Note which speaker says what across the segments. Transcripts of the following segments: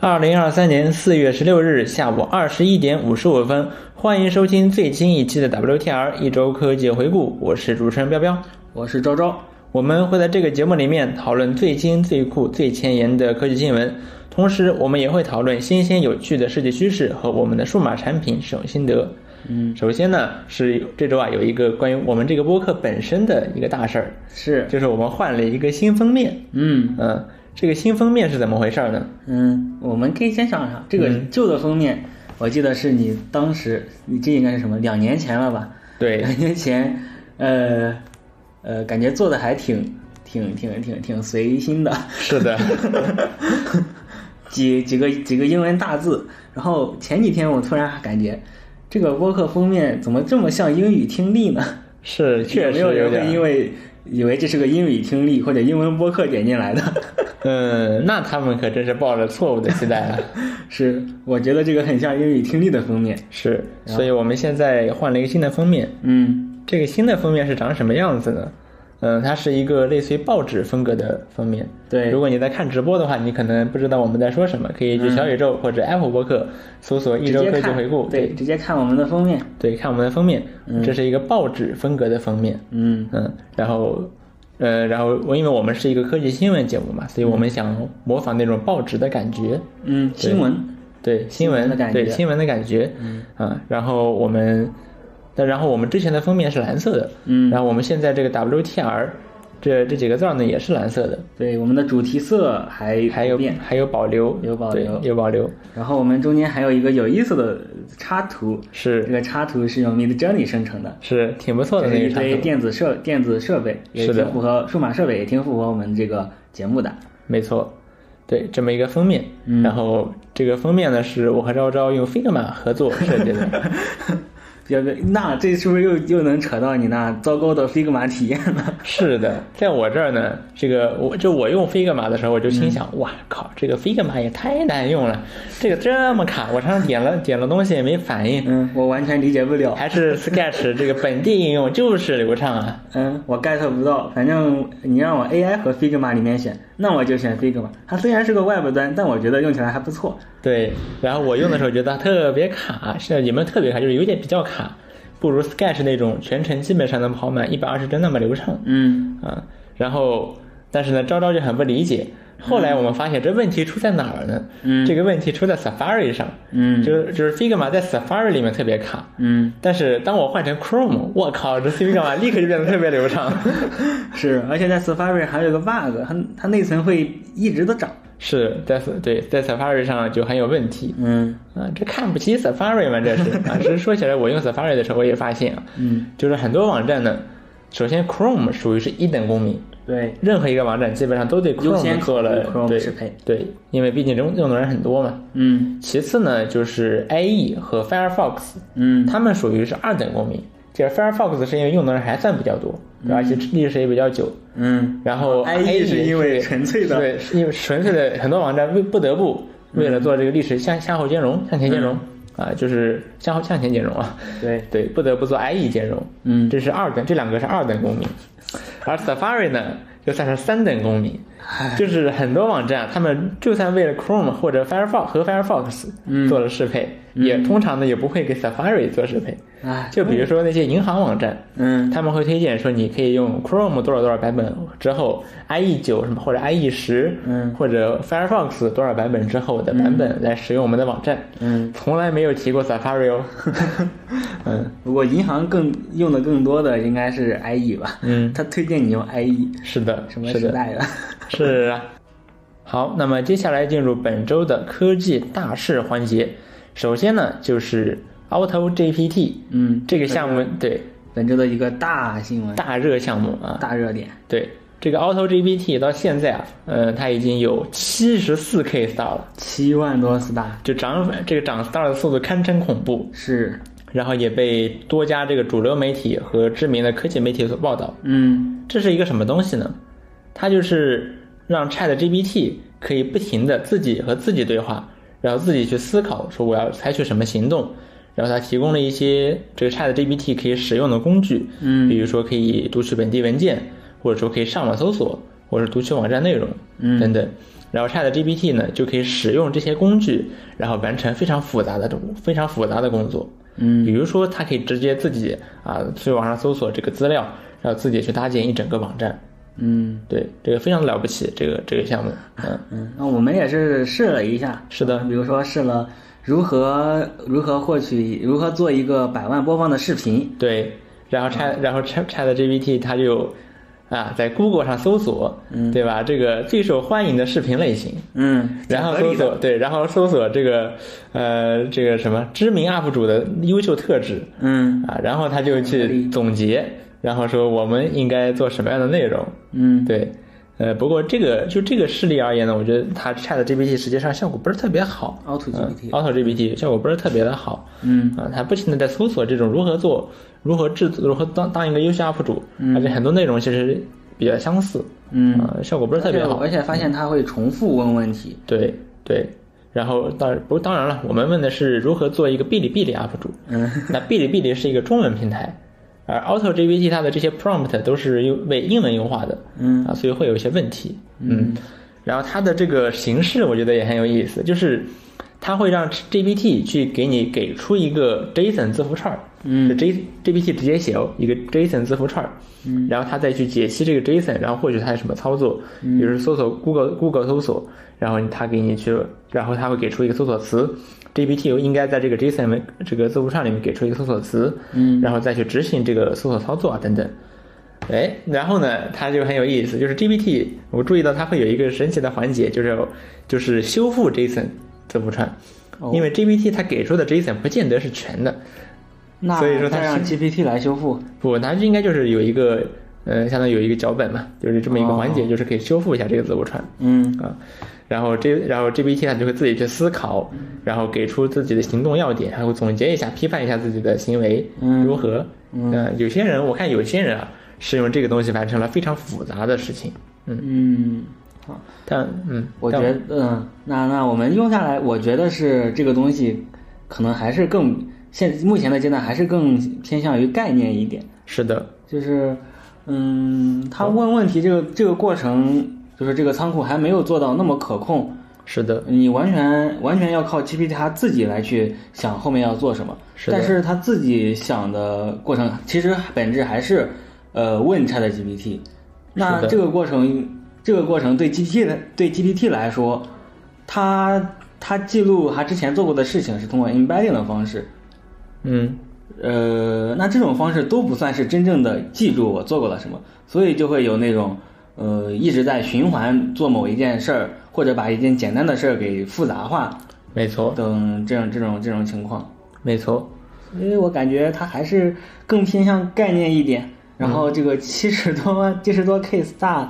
Speaker 1: 二零二三年四月十六日下午二十一点五十五分，欢迎收听最新一期的 WTR 一周科技回顾，我是主持人彪彪。
Speaker 2: 我是周周。
Speaker 1: 我们会在这个节目里面讨论最新、最酷、最前沿的科技新闻，同时我们也会讨论新鲜有趣的世界趋势和我们的数码产品使用心得。嗯，首先呢是这周啊有一个关于我们这个播客本身的一个大事儿，
Speaker 2: 是，
Speaker 1: 就是我们换了一个新封面。
Speaker 2: 嗯
Speaker 1: 嗯，这个新封面是怎么回事儿呢？
Speaker 2: 嗯，我们可以先想想这个
Speaker 1: 嗯
Speaker 2: 旧的封面，我记得是你当时，你这应该是什么？两年前了吧？
Speaker 1: 对，
Speaker 2: 两年前，呃，呃，感觉做的还挺挺挺挺挺随心的，
Speaker 1: 是的，
Speaker 2: 几几个几个英文大字。然后前几天我突然感觉，这个播客封面怎么这么像英语听力呢？
Speaker 1: 是确实
Speaker 2: 有没有人
Speaker 1: 点
Speaker 2: 会因
Speaker 1: 儿。
Speaker 2: 为以为这是个英语听力或者英文播客点进来的？
Speaker 1: 嗯，那他们可真是抱着错误的期待了。啊
Speaker 2: 是，我觉得这个很像英语听力的封面。
Speaker 1: 是，所以我们现在换了一个新的封面。
Speaker 2: 嗯
Speaker 1: 这个新的封面是长什么样子呢？嗯，它是一个类似于报纸风格的封面。
Speaker 2: 对
Speaker 1: 如果你在看直播的话，你可能不知道我们在说什么，可以去小宇宙或者 Apple 播客搜索“一
Speaker 2: 嗯直
Speaker 1: 周
Speaker 2: 接
Speaker 1: 科技
Speaker 2: 看
Speaker 1: 回顾”，
Speaker 2: 对，直接看我们的封面。
Speaker 1: 对，看我们的封面，这是一个报纸风格的封面。
Speaker 2: 嗯
Speaker 1: 嗯，然后，呃，然后我因为我们是一个科技新闻节目嘛，所以我们想模仿那种报纸的感觉，
Speaker 2: 嗯，
Speaker 1: 对
Speaker 2: 新闻。
Speaker 1: 对新闻
Speaker 2: 闻的感
Speaker 1: 对
Speaker 2: 觉
Speaker 1: 新闻的感觉，嗯啊，然后我们，但然后我们之前的封面是蓝色的，
Speaker 2: 嗯
Speaker 1: 然后我们现在这个 WTR 这这几个字儿呢也是蓝色的，
Speaker 2: 对，我们的主题色还
Speaker 1: 还
Speaker 2: 不
Speaker 1: 有
Speaker 2: 变。
Speaker 1: 还有保留，
Speaker 2: 有保
Speaker 1: 对
Speaker 2: 留
Speaker 1: 有保留，
Speaker 2: 然后我们中间还有一个有意思的插图，这
Speaker 1: 是
Speaker 2: 个插图是用 Mid Journey 生成的，
Speaker 1: 是挺不错的
Speaker 2: 这
Speaker 1: 那
Speaker 2: 是
Speaker 1: 个
Speaker 2: 一
Speaker 1: 插
Speaker 2: 堆
Speaker 1: 图，
Speaker 2: 电子设电子设备，也
Speaker 1: 是的
Speaker 2: 挺符合数码设备，也挺符合我们这个节目的。
Speaker 1: 没错。对，这么一个封面，
Speaker 2: 嗯
Speaker 1: 然后这个封面呢是我和昭昭用 Figma 合作设计的，
Speaker 2: 别别，那这是不是又又能扯到你那糟糕的 Figma 体验了？
Speaker 1: 是的，在我这儿呢，这个我就我用 Figma 的时候，我就心想，哇靠，这个 Figma 也太难用了，这个这么卡，我上点了点了东西也没反 应，
Speaker 2: 嗯，我完全理解不了。
Speaker 1: 还是 Sketch 这个本地应用就是流畅啊。
Speaker 2: 嗯，我 get 不到，反正你让我 AI 和 Figma 里面选，那我就选 Figma。它虽然是个 Web 端，但我觉得用起来还不错。
Speaker 1: 对，然后我用的时候觉得特别卡，是也没有特别卡，就是有点比较卡，不如 Sketch 那种全程基本上能跑满一百二十帧那么流畅。
Speaker 2: 嗯，
Speaker 1: 啊，然后但是呢，昭昭就很不理解。后来我们发现这问题出在哪儿呢？
Speaker 2: 嗯
Speaker 1: 这个问题出在 Safari 上。
Speaker 2: 嗯
Speaker 1: 就是就是 Figma 在 Safari 里面特别卡。
Speaker 2: 嗯，
Speaker 1: 但是当我换成 Chrome，我靠，这 Figma 立刻就变得特别流畅。
Speaker 2: 是，而且在 Safari 还有个 bug，它它内存会一直的涨。
Speaker 1: 是在对在 Safari 上就很有问题。
Speaker 2: 嗯
Speaker 1: 啊，这看不起 Safari 吗？这是啊，只是说起来，我用 Safari 的时候，我也发现啊，
Speaker 2: 嗯，
Speaker 1: 就是很多网站呢，首先 Chrome 属于是一等公民，
Speaker 2: 对，
Speaker 1: 任何一个网站基本上都对
Speaker 2: 优先
Speaker 1: Chrome 做了
Speaker 2: 考虑 Chrome
Speaker 1: 对
Speaker 2: 适配
Speaker 1: 对，因为毕竟用用的人很多嘛。
Speaker 2: 嗯
Speaker 1: 其次呢，就是 IE 和 Firefox，
Speaker 2: 嗯
Speaker 1: 他们属于是二等公民。就是 Firefox 是因为用的人还算比较多，对吧而且历史也比较久。
Speaker 2: 嗯，
Speaker 1: 然后
Speaker 2: IE 是因为纯粹的
Speaker 1: 对，是因为纯粹的很多网站为不得不为
Speaker 2: 嗯
Speaker 1: 了做这个历史向向后兼容、向前兼容啊、就是向后向前兼容啊。
Speaker 2: 对，
Speaker 1: 对，不得不做 IE 兼容。
Speaker 2: 嗯
Speaker 1: 这是二等，这两个是二等公民，而 Safari 呢，就算是三等公民，
Speaker 2: 哎
Speaker 1: 就是很多网站他们就算为了 Chrome 或者 Firefox 和 Firefox
Speaker 2: 嗯
Speaker 1: 做了适配，也通常呢也不会给 Safari 做适配。
Speaker 2: 哎，
Speaker 1: 就比如说那些银行网站，
Speaker 2: 嗯
Speaker 1: 他们会推荐说你可以用 Chrome 多少多少版本之后，IE 九什么或者 IE 十，
Speaker 2: 嗯
Speaker 1: 或者 Firefox 多少版本之后的版本来使用我们的网站，
Speaker 2: 嗯，
Speaker 1: 从来没有提过 Safari 哦，嗯，
Speaker 2: 不过银行更用的更多的应该是 IE 吧？
Speaker 1: 嗯
Speaker 2: 它推荐你用 E IE，
Speaker 1: 是的，
Speaker 2: 什么
Speaker 1: 是
Speaker 2: 时
Speaker 1: 的，
Speaker 2: 代的？
Speaker 1: 是啊。好，那么接下来进入本周的科技大事环节。首先呢，就是 Auto GPT
Speaker 2: 嗯，
Speaker 1: 这个项目，对
Speaker 2: 本周的一个大新闻，
Speaker 1: 大热项目啊，
Speaker 2: 大热点。
Speaker 1: 对这个 Auto GPT 到现在啊，呃，它已经有七十四 K star 了，
Speaker 2: 七万多 star
Speaker 1: 就涨这个涨 star 的速度堪称恐怖，
Speaker 2: 是，
Speaker 1: 然后也被多家这个主流媒体和知名的科技媒体所报道。
Speaker 2: 嗯
Speaker 1: 这是一个什么东西呢？它就是让 Chat GPT 可以不停的自己和自己对话，然后自己去思考说我要采取什么行动。然后它提供了一些这个 Chat GPT 可以使用的工具，
Speaker 2: 嗯
Speaker 1: 比如说可以读取本地文件，或者说可以上网搜索，或者读取网站内容，
Speaker 2: 嗯
Speaker 1: 等等。然后 Chat GPT 呢就可以使用这些工具，然后完成非常复杂的非常复杂的工作。
Speaker 2: 嗯，
Speaker 1: 比如说它可以直接自己啊去网上搜索这个资料，然后自己去搭建一整个网站。
Speaker 2: 嗯
Speaker 1: 对，这个非常了不起，这个这个项目，嗯，
Speaker 2: 嗯，那我们也是试了一下，
Speaker 1: 是的
Speaker 2: 比如说试了如何如何获取如何做一个百万播放的视频，
Speaker 1: 对。然后
Speaker 2: 嗯
Speaker 1: Chat，、然后 Chat Chat GPT 它就啊在 Google 上搜索，对吧？这个最受欢迎的视频类型，
Speaker 2: 嗯，
Speaker 1: 然后
Speaker 2: 挺合
Speaker 1: 搜
Speaker 2: 理的
Speaker 1: 索对，然后搜索这个呃这个什么知名 UP 主的优秀特质
Speaker 2: 嗯
Speaker 1: 啊，然后他就去总结，然后说我们应该做什么样的内容，
Speaker 2: 嗯
Speaker 1: 对。呃，不过这个就这个事例而言呢，我觉得它 Chat GPT 实际上效果不是特别好
Speaker 2: Auto
Speaker 1: 嗯
Speaker 2: GPT
Speaker 1: Auto GPT 效果不是特别的好，
Speaker 2: 嗯
Speaker 1: 啊，它不停的在搜索这种如何做、如何制作、如何当当一个优秀 UP 主，而且很多内容其实比较相似，
Speaker 2: 嗯，
Speaker 1: 啊，效果不是特别好，
Speaker 2: 而且而且发现他会重复问问题，
Speaker 1: 对对，然后当不当然了，我们问的是如何做一个哔哩哔哩 UP 主。
Speaker 2: 嗯，
Speaker 1: 那哔哩哔哩是一个中文平台，而 Auto GPT 它的这些 prompt 都是用为英文优化的，
Speaker 2: 嗯
Speaker 1: 啊，所以会有一些问题，嗯。然后它的这个形式我觉得也很有意思，就是它会让 GPT 去给你给出一个 JSON 字符串儿，
Speaker 2: 嗯
Speaker 1: 就 J GPT 直接写哦一个 JSON 字符串儿，嗯，然后它再去解析这个 JSON，然后获取它有什么操作，比如搜索 Google Google 搜索，然后它给你去，然后它会给出一个搜索词，GPT 应该在这个 JSON 文这个字符串里面给出一个搜索词，嗯，然后再去执行这个搜索操作啊等等。哎，然后呢，它就很有意思，就是 GPT，我注意到它会有一个神奇的环节，就是就是修复 JSON 字符串，
Speaker 2: 哦
Speaker 1: 因为 GPT 它给出的 JSON 不见得是全的，
Speaker 2: 那
Speaker 1: 所以说它
Speaker 2: 再让
Speaker 1: 是
Speaker 2: GPT 来修复，
Speaker 1: 不，它应该就是有一个，呃，相当于有一个脚本嘛，就是这么一个环
Speaker 2: 哦
Speaker 1: 节，就是可以修复一下这个字符串
Speaker 2: 嗯
Speaker 1: 啊。然后这，然后 GPT 它就会自己去思考，然后给出自己的行动要点，还会总结一下、批判一下自己的行为
Speaker 2: 嗯
Speaker 1: 如何。嗯、有些人我看有些人啊，是用这个东西完成了非常复杂的事情。嗯，
Speaker 2: 嗯，好。
Speaker 1: 但嗯，
Speaker 2: 我觉
Speaker 1: 但
Speaker 2: 得，嗯，那那我们用下来，我觉得是这个东西，可能还是更现目前的阶段还是更偏向于概念一点，
Speaker 1: 是的，
Speaker 2: 就是，嗯，他问问题这个这个过程，就是这个仓库还没有做到那么可控，
Speaker 1: 是的，
Speaker 2: 呃你完全完全要靠 GPT 它自己来去想后面要做什么，
Speaker 1: 是的
Speaker 2: 但是它自己想的过程，其实本质还是呃问 Chat GPT。那
Speaker 1: 是的
Speaker 2: 这个过程，这个过程对 GPT 来对 GPT 来说，它它记录它之前做过的事情是通过 embedding 的方式，
Speaker 1: 嗯，
Speaker 2: 呃，那这种方式都不算是真正的记住我做过了什么，所以就会有那种呃一直在循环做某一件事儿，或者把一件简单的事儿给复杂化
Speaker 1: 没错，
Speaker 2: 等这种这种这种情况。
Speaker 1: 没错，
Speaker 2: 因为我感觉它还是更偏向概念一点，然
Speaker 1: 嗯
Speaker 2: 后这个七十多七十多 K star，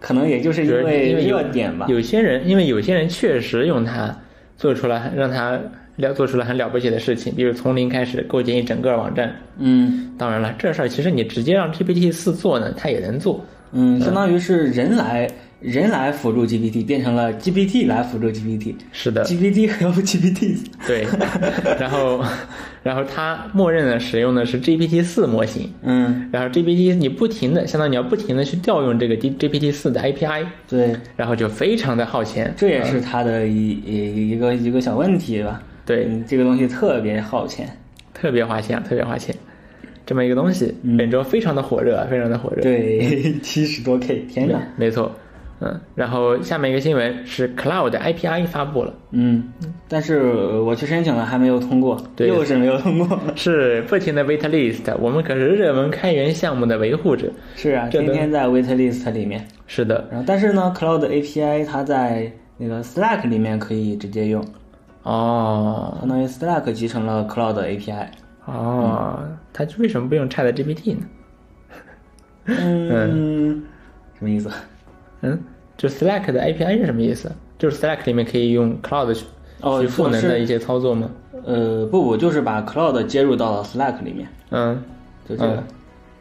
Speaker 2: 可能也就是因
Speaker 1: 就是
Speaker 2: 为
Speaker 1: 因为有
Speaker 2: 热点吧。
Speaker 1: 有些人，因为有些人确实用它做出了让他了做出了很了不起的事情，比如从零开始构建一整个网站。
Speaker 2: 嗯
Speaker 1: 当然了，这事儿其实你直接让 GPT 四做呢，它也能做。
Speaker 2: 嗯，相当于是人来人来辅助 GPT，变成了 GPT 来辅助 GPT。
Speaker 1: 是 的，
Speaker 2: GPT 和 GPT
Speaker 1: 对。然后，然后它默认的使用的是 GPT 四模型。
Speaker 2: 嗯，
Speaker 1: 然后 GPT 你不停的，相当于你要不停的去调用这个 G GPT 四的 API，
Speaker 2: 对，
Speaker 1: 然后就非常的耗钱。
Speaker 2: 这也是它的一一一个一个小问题吧。
Speaker 1: 对
Speaker 2: 嗯，这个东西特别耗钱。
Speaker 1: 特别花钱，特别花钱，这么一个东西，
Speaker 2: 嗯
Speaker 1: 本周非常的火热啊，非常的火热。
Speaker 2: 对，七十多 K，天
Speaker 1: 没
Speaker 2: 哪！
Speaker 1: 没错，嗯，然后下面一个新闻是 Cloud API 发布了，
Speaker 2: 嗯，但是呃我去申请了，还没有通过，
Speaker 1: 对
Speaker 2: 又是没有通过。
Speaker 1: 是不停的 waitlist，我们可是热门开源项目的维护者。
Speaker 2: 是啊，
Speaker 1: 这
Speaker 2: 天
Speaker 1: 都
Speaker 2: 天在 waitlist 里面。
Speaker 1: 是的，
Speaker 2: 然后，但是呢，Cloud API 它在那个 Slack 里面可以直接用，
Speaker 1: 哦
Speaker 2: 相当于 Slack 集成了 Cloud API。
Speaker 1: 哦，他为什么不用 Chat GPT 呢？
Speaker 2: 嗯，什么意思？
Speaker 1: 嗯，就 Slack 的 API 是什么意思？就是 Slack 里面可以用 Cloud 去
Speaker 2: 哦
Speaker 1: 去赋能
Speaker 2: 我
Speaker 1: 的
Speaker 2: 是
Speaker 1: 一些操作吗？
Speaker 2: 呃，不，我就是把 Cloud 接入到了 Slack 里面，
Speaker 1: 嗯
Speaker 2: 就这个。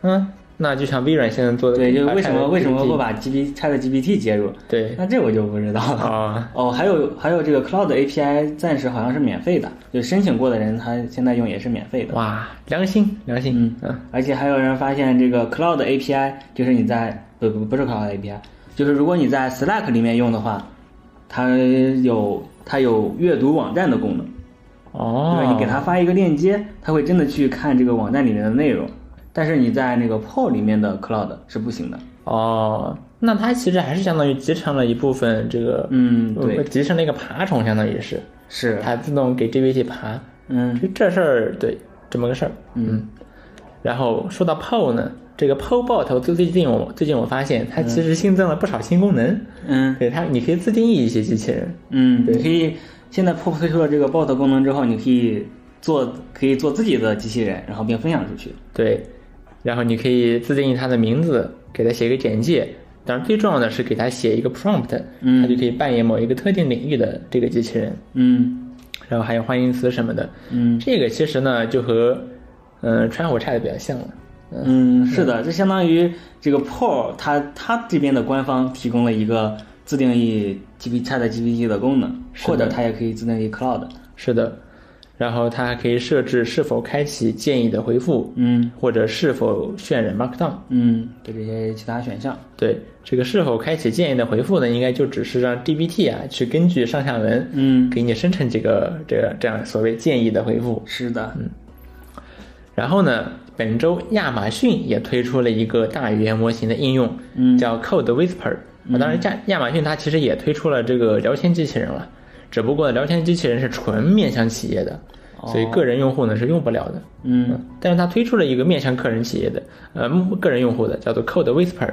Speaker 1: 嗯，那就像微软现在做的，
Speaker 2: 对，就是
Speaker 1: 把
Speaker 2: 为什么
Speaker 1: ChatGPT
Speaker 2: 为什么不把 G B Chat GPT 接入？
Speaker 1: 对
Speaker 2: 那这我就不知道了。
Speaker 1: 啊
Speaker 2: 哦，还有还有这个 Cloud API 暂时好像是免费的，就申请过的人他现在用也是免费的。
Speaker 1: 哇，良心良心，嗯
Speaker 2: 而且还有人发现这个 Cloud API 就是你在不不不是 Cloud API，就是如果你在 Slack 里面用的话，它有它有阅读网站的功能，
Speaker 1: 哦，
Speaker 2: 对吧？你给它发一个链接，它会真的去看这个网站里面的内容。但是你在那个 PO 里面的 Cloud 是不行的。
Speaker 1: 哦，那它其实还是相当于集成了一部分这个，
Speaker 2: 嗯对
Speaker 1: 呃集成了一个爬虫，相当于是，
Speaker 2: 是，
Speaker 1: 它自动给 GPT 爬，
Speaker 2: 嗯
Speaker 1: 这这事儿对这么个事儿，嗯。然后说到 PO 呢，这个 PO Bot 最最近我最近我发现它其实新增了不少新功能，
Speaker 2: 嗯
Speaker 1: 对它你可以自定义一些机器人，
Speaker 2: 嗯，
Speaker 1: 对
Speaker 2: 你可以现在 POP 推出了这个 Bot 功能之后，你可以做可以做自己的机器人，然后并分享出去。
Speaker 1: 对，然后你可以自定义它的名字，给它写个简介。当然，最重要的是给它写一个 prompt，
Speaker 2: 嗯
Speaker 1: 它就可以扮演某一个特定领域的这个机器人。
Speaker 2: 嗯
Speaker 1: 然后还有欢迎词什么的。
Speaker 2: 嗯
Speaker 1: 这个其实呢，就和嗯川火菜的比较像了。嗯，
Speaker 2: 嗯，是的，这相当于这个 PO 它它这边的官方提供了一个自定义 GPT Chat GPT 的功能，
Speaker 1: 是的
Speaker 2: 或者它也可以自定义 Cloud。
Speaker 1: 是的。然后它还可以设置是否开启建议的回复，
Speaker 2: 嗯
Speaker 1: 或者是否渲染 Markdown。
Speaker 2: 嗯，对这些其他选项。
Speaker 1: 对这个是否开启建议的回复呢，应该就只是让 GPT 啊去根据上下文，
Speaker 2: 嗯
Speaker 1: 给你生成几个这个这样所谓建议的回复。
Speaker 2: 是的，
Speaker 1: 然后呢，本周亚马逊也推出了一个大语言模型的应用，
Speaker 2: 嗯
Speaker 1: 叫 Code Whisper。啊，当然亚亚马逊它其实也推出了这个聊天机器人了，只不过聊天机器人是纯面向企业的，所以个人用户呢是用不了的。
Speaker 2: 哦
Speaker 1: 啊
Speaker 2: 嗯，
Speaker 1: 但是它推出了一个面向个人企业的，呃，目个人用户的，叫做 Code Whisper。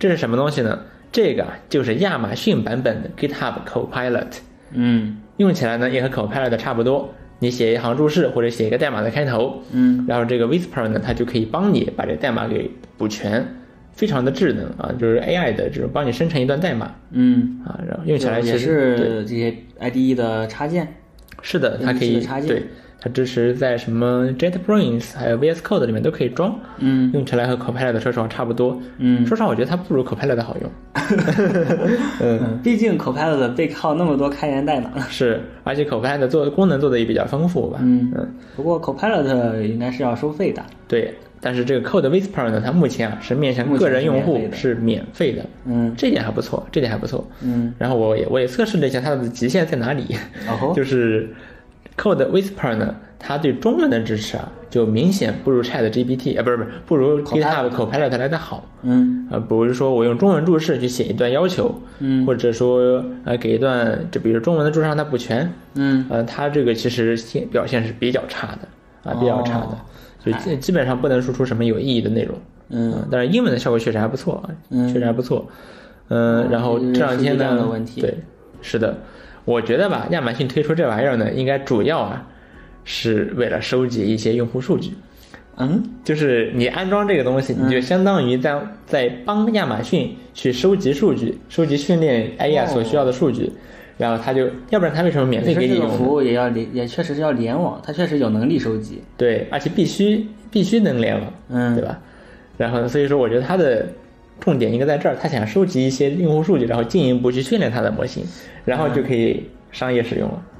Speaker 1: 这是什么东西呢？这个啊就是亚马逊版本的 GitHub Copilot。
Speaker 2: 嗯
Speaker 1: 用起来呢也和 Copilot 差不多，你写一行注释或者写一个代码的开头，
Speaker 2: 嗯，
Speaker 1: 然后这个 Whisper 呢，它就可以帮你把这代码给补全，非常的智能啊，就是 AI 的这种帮你生成一段代码
Speaker 2: 嗯，
Speaker 1: 啊，然后用起来其
Speaker 2: 也
Speaker 1: 实对
Speaker 2: 是这些 IDE 的插件。
Speaker 1: 是的，它可
Speaker 2: 用
Speaker 1: 以
Speaker 2: 起来插件
Speaker 1: 对它支持在什么 JetBrains 还有 VS Code 里面都可以装，
Speaker 2: 嗯
Speaker 1: 用起来和 Copilot 说实话差不多，
Speaker 2: 嗯
Speaker 1: 说实话我觉得它不如 Copilot 好用，
Speaker 2: 嗯，毕竟 Copilot 背靠那么多开源代码。
Speaker 1: 是，而且 Copilot 做的功能做的也比较丰富吧，
Speaker 2: 嗯
Speaker 1: 嗯，
Speaker 2: 不过 Copilot 应该是要收费的。
Speaker 1: 对，但是这个 Code Whisper 呢，它目前啊是面向
Speaker 2: 目前
Speaker 1: 个人
Speaker 2: 是
Speaker 1: 用
Speaker 2: 免
Speaker 1: 户
Speaker 2: 费的
Speaker 1: 是免费的，
Speaker 2: 嗯
Speaker 1: 这点还不错，这点还不错。
Speaker 2: 嗯，
Speaker 1: 然后我也我也测试了一下它的极限在哪里，
Speaker 2: 哦吼
Speaker 1: 就是 Code Whisper 呢，它对中文的支持啊，就明显不如 Chat GPT 啊，不是不是，不如 GitHub
Speaker 2: Copilot
Speaker 1: Copilot 来的好。
Speaker 2: 嗯
Speaker 1: 呃，比如说我用中文注释去写一段要求，
Speaker 2: 嗯
Speaker 1: 或者说呃给一段，就比如中文的注释让它补全，
Speaker 2: 嗯，
Speaker 1: 呃，它这个其实现表现是比较差的啊，比较差的，
Speaker 2: 哦
Speaker 1: 所以基基本上不能输出什么有意义的内容。呃
Speaker 2: 嗯，
Speaker 1: 但是英文的效果确实还不错啊，
Speaker 2: 嗯哦
Speaker 1: 确实还不错。嗯、然后这两天
Speaker 2: 这是数据量
Speaker 1: 呢，
Speaker 2: 的问题
Speaker 1: 对，是的，我觉得吧，亚马逊推出这玩意儿呢，应该主要啊是为了收集一些用户数据。
Speaker 2: 嗯，
Speaker 1: 就是你安装这个东西，你就相当于在、在帮亚马逊去收集数据，收集训练 AI
Speaker 2: 哦
Speaker 1: 所需要的数据，然后它就，要不然它为什么免费
Speaker 2: 你说
Speaker 1: 给你
Speaker 2: 这个
Speaker 1: 用呢？
Speaker 2: 服务也要联，也确实是要联网，它确实有能力收集。
Speaker 1: 对，而且必须必须能联网，
Speaker 2: 嗯
Speaker 1: 对吧？然后所以说，我觉得它的重点应该在这儿，它想收集一些用户数据，然后进一步去训练它的模型，然后就可以商业使用了。
Speaker 2: 嗯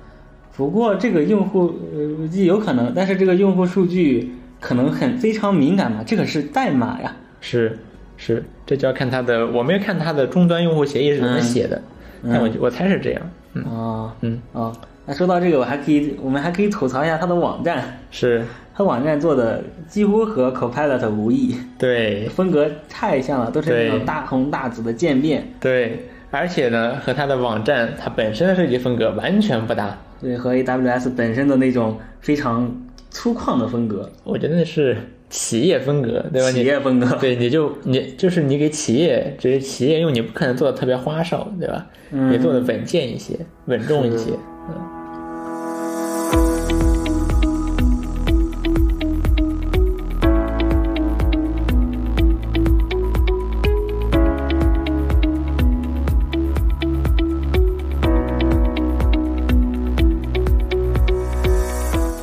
Speaker 2: 不过这个用户呃有可能，但是这个用户数据可能很非常敏感嘛，这可是代码呀。
Speaker 1: 是是，这就要看它的，我没有看它的终端用户协议是怎么
Speaker 2: 嗯
Speaker 1: 写的，
Speaker 2: 嗯
Speaker 1: 但我我猜是这样，嗯
Speaker 2: 啊
Speaker 1: 嗯，
Speaker 2: 哦，那说到这个，我还可以，我们还可以吐槽一下它的网站，
Speaker 1: 是
Speaker 2: 它网站做的几乎和 Copilot 无异，
Speaker 1: 对
Speaker 2: 风格太像了，都是那
Speaker 1: 对
Speaker 2: 种大红大紫的渐变。
Speaker 1: 对，而且呢，和它的网站它本身的设计风格完全不搭，
Speaker 2: 对，和 AWS 本身的那种非常粗犷的风格，
Speaker 1: 我觉得是企业风格，对吧？你
Speaker 2: 企业风 格。
Speaker 1: 对，你就你就是你给企业，只是企业用，你不可能做的特别花哨，对吧？
Speaker 2: 嗯
Speaker 1: 你做的稳健一些，稳重一些。嗯，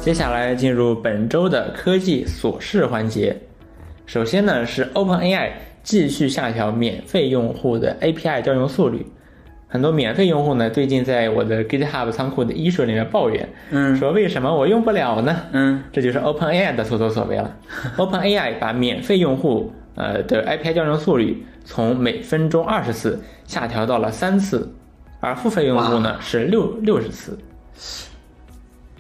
Speaker 1: 接下来进入本周的科技琐事环节。首先呢是 OpenAI 继续下调免费用户的 API 调用速率。很多免费用户呢，最近在我的 GitHub 仓库的 issue 里面抱怨，
Speaker 2: 嗯
Speaker 1: 说为什么我用不了呢？
Speaker 2: 嗯
Speaker 1: 这就是 OpenAI 的所作所为了。OpenAI 把免费用户呃的 API 调用速率从每分钟二十次下调到了三次，而付费用户呢是六六十次。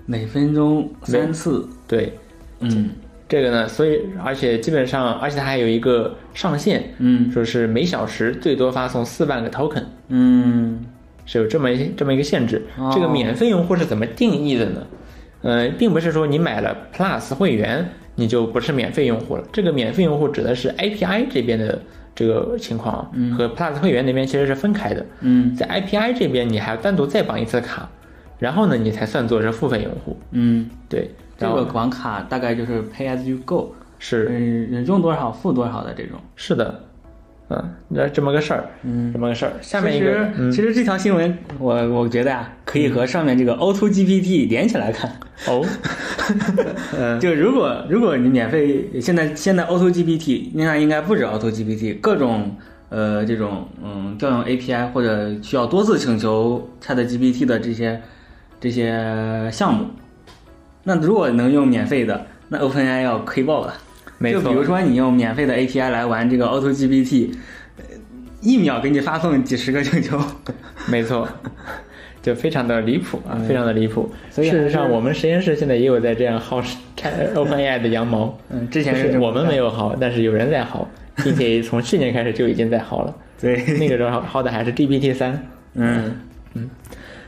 Speaker 2: 每分钟三次，
Speaker 1: 对，
Speaker 2: 嗯
Speaker 1: 这个呢，所以而且基本上，而且它还有一个上限，
Speaker 2: 嗯
Speaker 1: 说是每小时最多发送四万个 token，
Speaker 2: 嗯
Speaker 1: 是有这么一这么一个限制。
Speaker 2: 哦
Speaker 1: 这个免费用户是怎么定义的呢？呃，并不是说你买了 Plus 会员你就不是免费用户了。这个免费用户指的是 API 这边的这个情况，和 Plus 会员那边其实是分开的。
Speaker 2: 嗯
Speaker 1: 在 API 这边，你还要单独再绑一次卡，然后呢，你才算作是付费用户。
Speaker 2: 嗯，
Speaker 1: 对，
Speaker 2: 这
Speaker 1: 然后
Speaker 2: 个绑卡大概就是 pay as you go，
Speaker 1: 是
Speaker 2: 嗯，用多少付多少的这种。
Speaker 1: 是的，嗯，那这么个事儿，
Speaker 2: 嗯，
Speaker 1: 这么个事儿。下面一个，嗯
Speaker 2: 其实、其实这条新闻，我我觉得啊，可以和上面这个 O2 GPT 连起来看。
Speaker 1: 哦，嗯，
Speaker 2: 就如果如果你免费，现在现在 Auto GPT，那应该不止 Auto GPT，各种呃这种嗯调用 API 或者需要多次请求 Chat GPT 的这些这些项目，那如果能用免费的，那 OpenAI 要亏爆了。
Speaker 1: 没错
Speaker 2: 就比如说你用免费的 API 来玩这个 Auto GPT，一呃秒给你发送几十个请求。
Speaker 1: 没 错，就非常的离谱啊，非常的离谱。
Speaker 2: 嗯所以
Speaker 1: 事
Speaker 2: 还是
Speaker 1: 实上，我们实验室现在也有在这样薅 OpenAI 的羊毛。
Speaker 2: 嗯， 之前
Speaker 1: 就是是
Speaker 2: 这么
Speaker 1: 我们没有薅，但是有人在 薅，并且从去年开始就已经在薅了。
Speaker 2: 对，
Speaker 1: 那个时候薅的还是 GPT 三。
Speaker 2: 嗯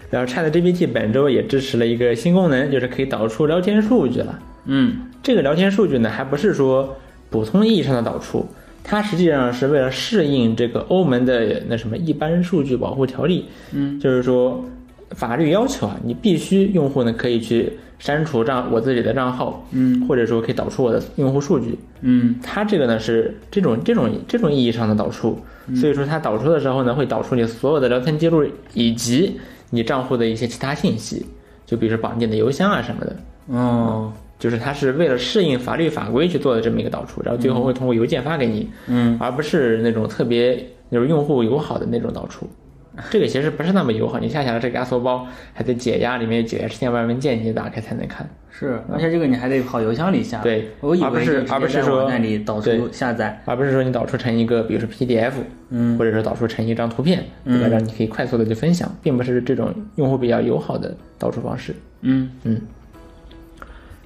Speaker 1: 然后 ChatGPT 本周也支持了一个新功能，就是可以导出聊天数据了。
Speaker 2: 嗯
Speaker 1: 这个聊天数据呢，还不是说普通意义上的导出，它实际上是为了适应这个欧盟的那什么一般数据保护条例，
Speaker 2: 嗯
Speaker 1: 就是说法律要求啊，你必须用户呢可以去删除账我自己的账号，
Speaker 2: 嗯
Speaker 1: 或者说可以导出我的用户数据。
Speaker 2: 嗯
Speaker 1: 它这个呢是这种这种这种意义上的导出，
Speaker 2: 嗯
Speaker 1: 所以说它导出的时候呢，会导出你所有的聊天记录以及你账户的一些其他信息，就比如说绑定的邮箱啊什么的。
Speaker 2: 哦
Speaker 1: 就是它是为了适应法律法规去做的这么一个导出，然后最后会通过邮件发给你，
Speaker 2: 嗯
Speaker 1: 而不是那种特别就是用户友好的那种导 出。这个其实不是那么友好，你下下来这个压缩包还得解压，里面有解压事件外文件，你打开才能看。
Speaker 2: 是，而且这个你还得跑邮箱里下。
Speaker 1: 对
Speaker 2: 我以
Speaker 1: 而不
Speaker 2: 为
Speaker 1: 是
Speaker 2: 就直接
Speaker 1: 而不是
Speaker 2: 在
Speaker 1: 说
Speaker 2: 网站里导
Speaker 1: 对
Speaker 2: 出下载。
Speaker 1: 而不是说你导出成一个，比如说 PDF，
Speaker 2: 嗯
Speaker 1: 或者说导出成一张图片，对吧？
Speaker 2: 嗯
Speaker 1: 让你可以快速的去分享，并不是这种用户比较友好的导出方式。
Speaker 2: 嗯
Speaker 1: 嗯。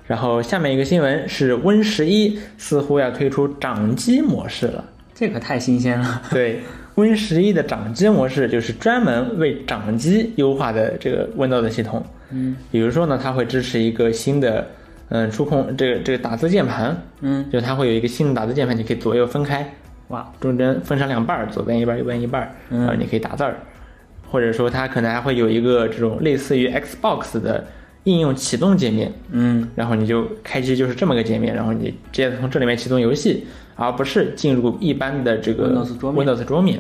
Speaker 1: 然后下面一个新闻是 Win 十一似乎要推出掌机模式了。
Speaker 2: 这可太新鲜了。
Speaker 1: 对，Win 十一的掌机模式就是专门为掌机优化的这个 Windows 系统。
Speaker 2: 嗯
Speaker 1: 比如说呢，它会支持一个新的，嗯，触控这个这个打字键盘，
Speaker 2: 嗯，
Speaker 1: 就是它会有一个新的打字键盘，你可以左右分开，
Speaker 2: 哇，
Speaker 1: 中间分成两半儿，左边一半儿，右边一半儿，
Speaker 2: 嗯
Speaker 1: 然后你可以打字儿，或者说它可能还会有一个这种类似于 Xbox 的应用启动界面，
Speaker 2: 嗯
Speaker 1: 然后你就开机就是这么个界面，然后你直接从这里面启动游戏，而不是进入一般的这个
Speaker 2: Windows 桌面
Speaker 1: Windows 桌面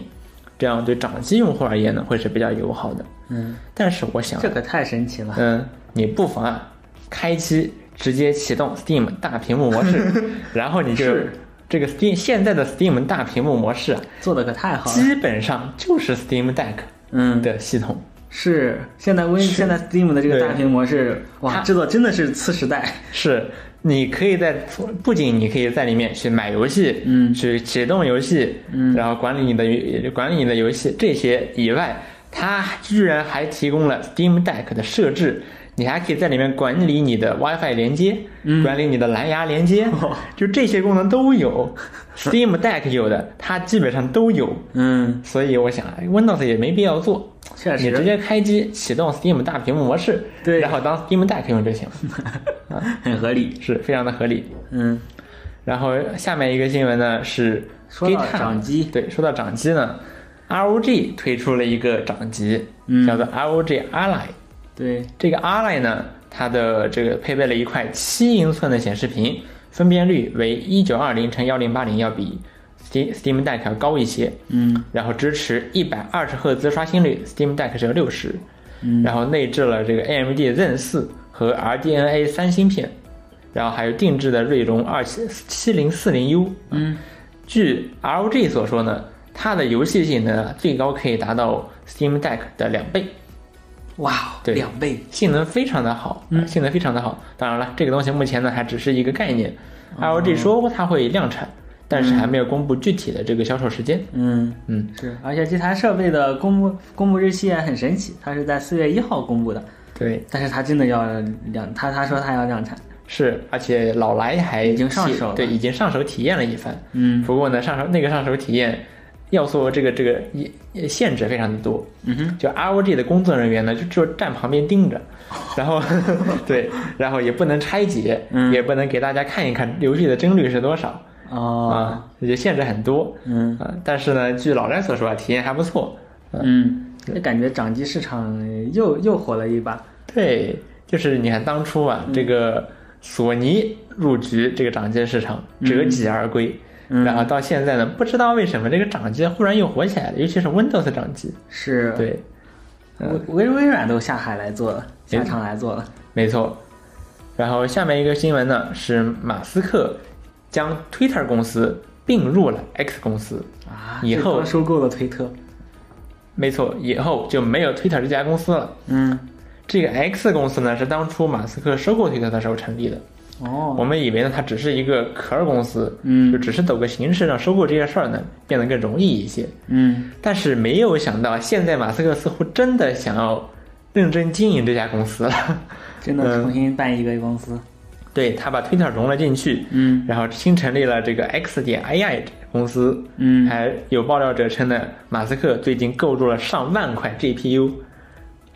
Speaker 1: 这样对掌机用户而言呢，会是比较友好的。
Speaker 2: 嗯，
Speaker 1: 但是我想，
Speaker 2: 这可太神奇了。
Speaker 1: 嗯，你不妨啊，开机直接启动 Steam 大屏幕模 式，然后你就是这个 Steam 现在的 Steam 大屏幕模式啊，
Speaker 2: 做的可太好了。
Speaker 1: 基本上就是 Steam Deck
Speaker 2: 嗯，
Speaker 1: 的系统。
Speaker 2: 是现在 Win 现在 Steam 的这个
Speaker 1: 对
Speaker 2: 大屏模式，哇，
Speaker 1: 它
Speaker 2: 制作真的是次时代。
Speaker 1: 是，你可以在不仅你可以在里面去买游戏，
Speaker 2: 嗯
Speaker 1: 去启动游戏，
Speaker 2: 嗯
Speaker 1: 然后管理你的游管理你的游戏这些以外，它居然还提供了 Steam Deck 的设置，你还可以在里面管理你的 WiFi 连接，
Speaker 2: 嗯
Speaker 1: 管理你的蓝牙连接，
Speaker 2: 哦
Speaker 1: 就这些功能都 有，Steam Deck 有的，它基本上都有。
Speaker 2: 嗯，
Speaker 1: 所以我想哎，Windows 也没必要做，
Speaker 2: 确
Speaker 1: 你直
Speaker 2: 实
Speaker 1: 接开机启动 Steam 大屏幕模式，
Speaker 2: 对
Speaker 1: 然后当 Steam Deck 用就行了，
Speaker 2: 很合理。
Speaker 1: 是非常的合理。
Speaker 2: 嗯，
Speaker 1: 然后下面一个新闻呢是
Speaker 2: 说到
Speaker 1: GitHub
Speaker 2: 掌机
Speaker 1: 对，说到掌机呢，ROG 推出了一个掌机，
Speaker 2: 嗯
Speaker 1: 叫做 ROG Ally。
Speaker 2: 对，
Speaker 1: 这个 Ally 呢，它的这个配备了一块七英寸的显示屏，分辨率为一九二零乘幺零八零，要比 Steam Steam Deck 要高一些。
Speaker 2: 嗯
Speaker 1: 然后支持一百二十赫兹刷新率，Steam Deck 是有六十、然后内置了这个 AMD Zen 四和 RDNA 三芯片，然后还有定制的锐龙二七七零四零 U。
Speaker 2: 嗯，
Speaker 1: 据 ROG 所说呢，它的游戏性能啊最高可以达到 Steam Deck 的两倍，
Speaker 2: 哇，哦
Speaker 1: 对
Speaker 2: 两倍。
Speaker 1: 性能非常的好，啊
Speaker 2: 嗯
Speaker 1: 性能非常的好。当然了，这个东西目前呢还只是一个概念，ROG 说过它会量产，但是还没有公布具体的这个销售时间。
Speaker 2: 嗯
Speaker 1: 嗯，
Speaker 2: 是，而且这台设备的公布公布日期也很神奇，它是在四月一号公布的，
Speaker 1: 对，
Speaker 2: 但是它真的要量，它它说它要量产，
Speaker 1: 是，而且老来还
Speaker 2: 已经上
Speaker 1: 体
Speaker 2: 手了
Speaker 1: 对，已经上手体验了一番。
Speaker 2: 嗯
Speaker 1: 不过呢，上手那个上手体验要素这个这个也也限制非常的多，
Speaker 2: 嗯哼，
Speaker 1: 就 ROG 的工作人员呢，就只有站旁边 盯着，然后对，然后也不能拆解，
Speaker 2: 嗯
Speaker 1: 也不能给大家看一看游戏的帧率是多少
Speaker 2: 哦，
Speaker 1: 啊，这就限制很多。
Speaker 2: 嗯
Speaker 1: 啊，但是呢，据老詹所说啊，体验还不错。
Speaker 2: 嗯，就感觉掌机市场又又火了一把，
Speaker 1: 对，就是你看当初
Speaker 2: 嗯
Speaker 1: 啊，这个索尼入局这个掌机市场，折戟而归。
Speaker 2: 嗯
Speaker 1: 然后到现在呢，不知道为什么这个掌机忽然又火起来了，尤其是 Windows 掌机。
Speaker 2: 是，
Speaker 1: 对，
Speaker 2: 微微微软都下海来做了，下场来做了，
Speaker 1: 没错。然后下面一个新闻呢是马斯克将 Twitter 公司并入了 X 公司，
Speaker 2: 啊，
Speaker 1: 以后
Speaker 2: 对方收购了推特，
Speaker 1: 没错，以后就没有 Twitter 这家公司了。
Speaker 2: 嗯，
Speaker 1: 这个 X 公司呢是当初马斯克收购 Twitter 的时候成立的，我
Speaker 2: 哦，
Speaker 1: 们以为呢它只是一个壳儿公司，
Speaker 2: 嗯
Speaker 1: 就只是走个形式让收购这件事儿呢变得更容易一些。
Speaker 2: 嗯，
Speaker 1: 但是没有想到，现在马斯克似乎真的想要认真经营这家公司了。
Speaker 2: 真的重新办一个公司，
Speaker 1: 对他把 Twitter 融了进去，
Speaker 2: 嗯
Speaker 1: 然后新成立了这个 X 点 AI 公司。
Speaker 2: 嗯
Speaker 1: 还有爆料者称呢，马斯克最近购入了上万块 GPU，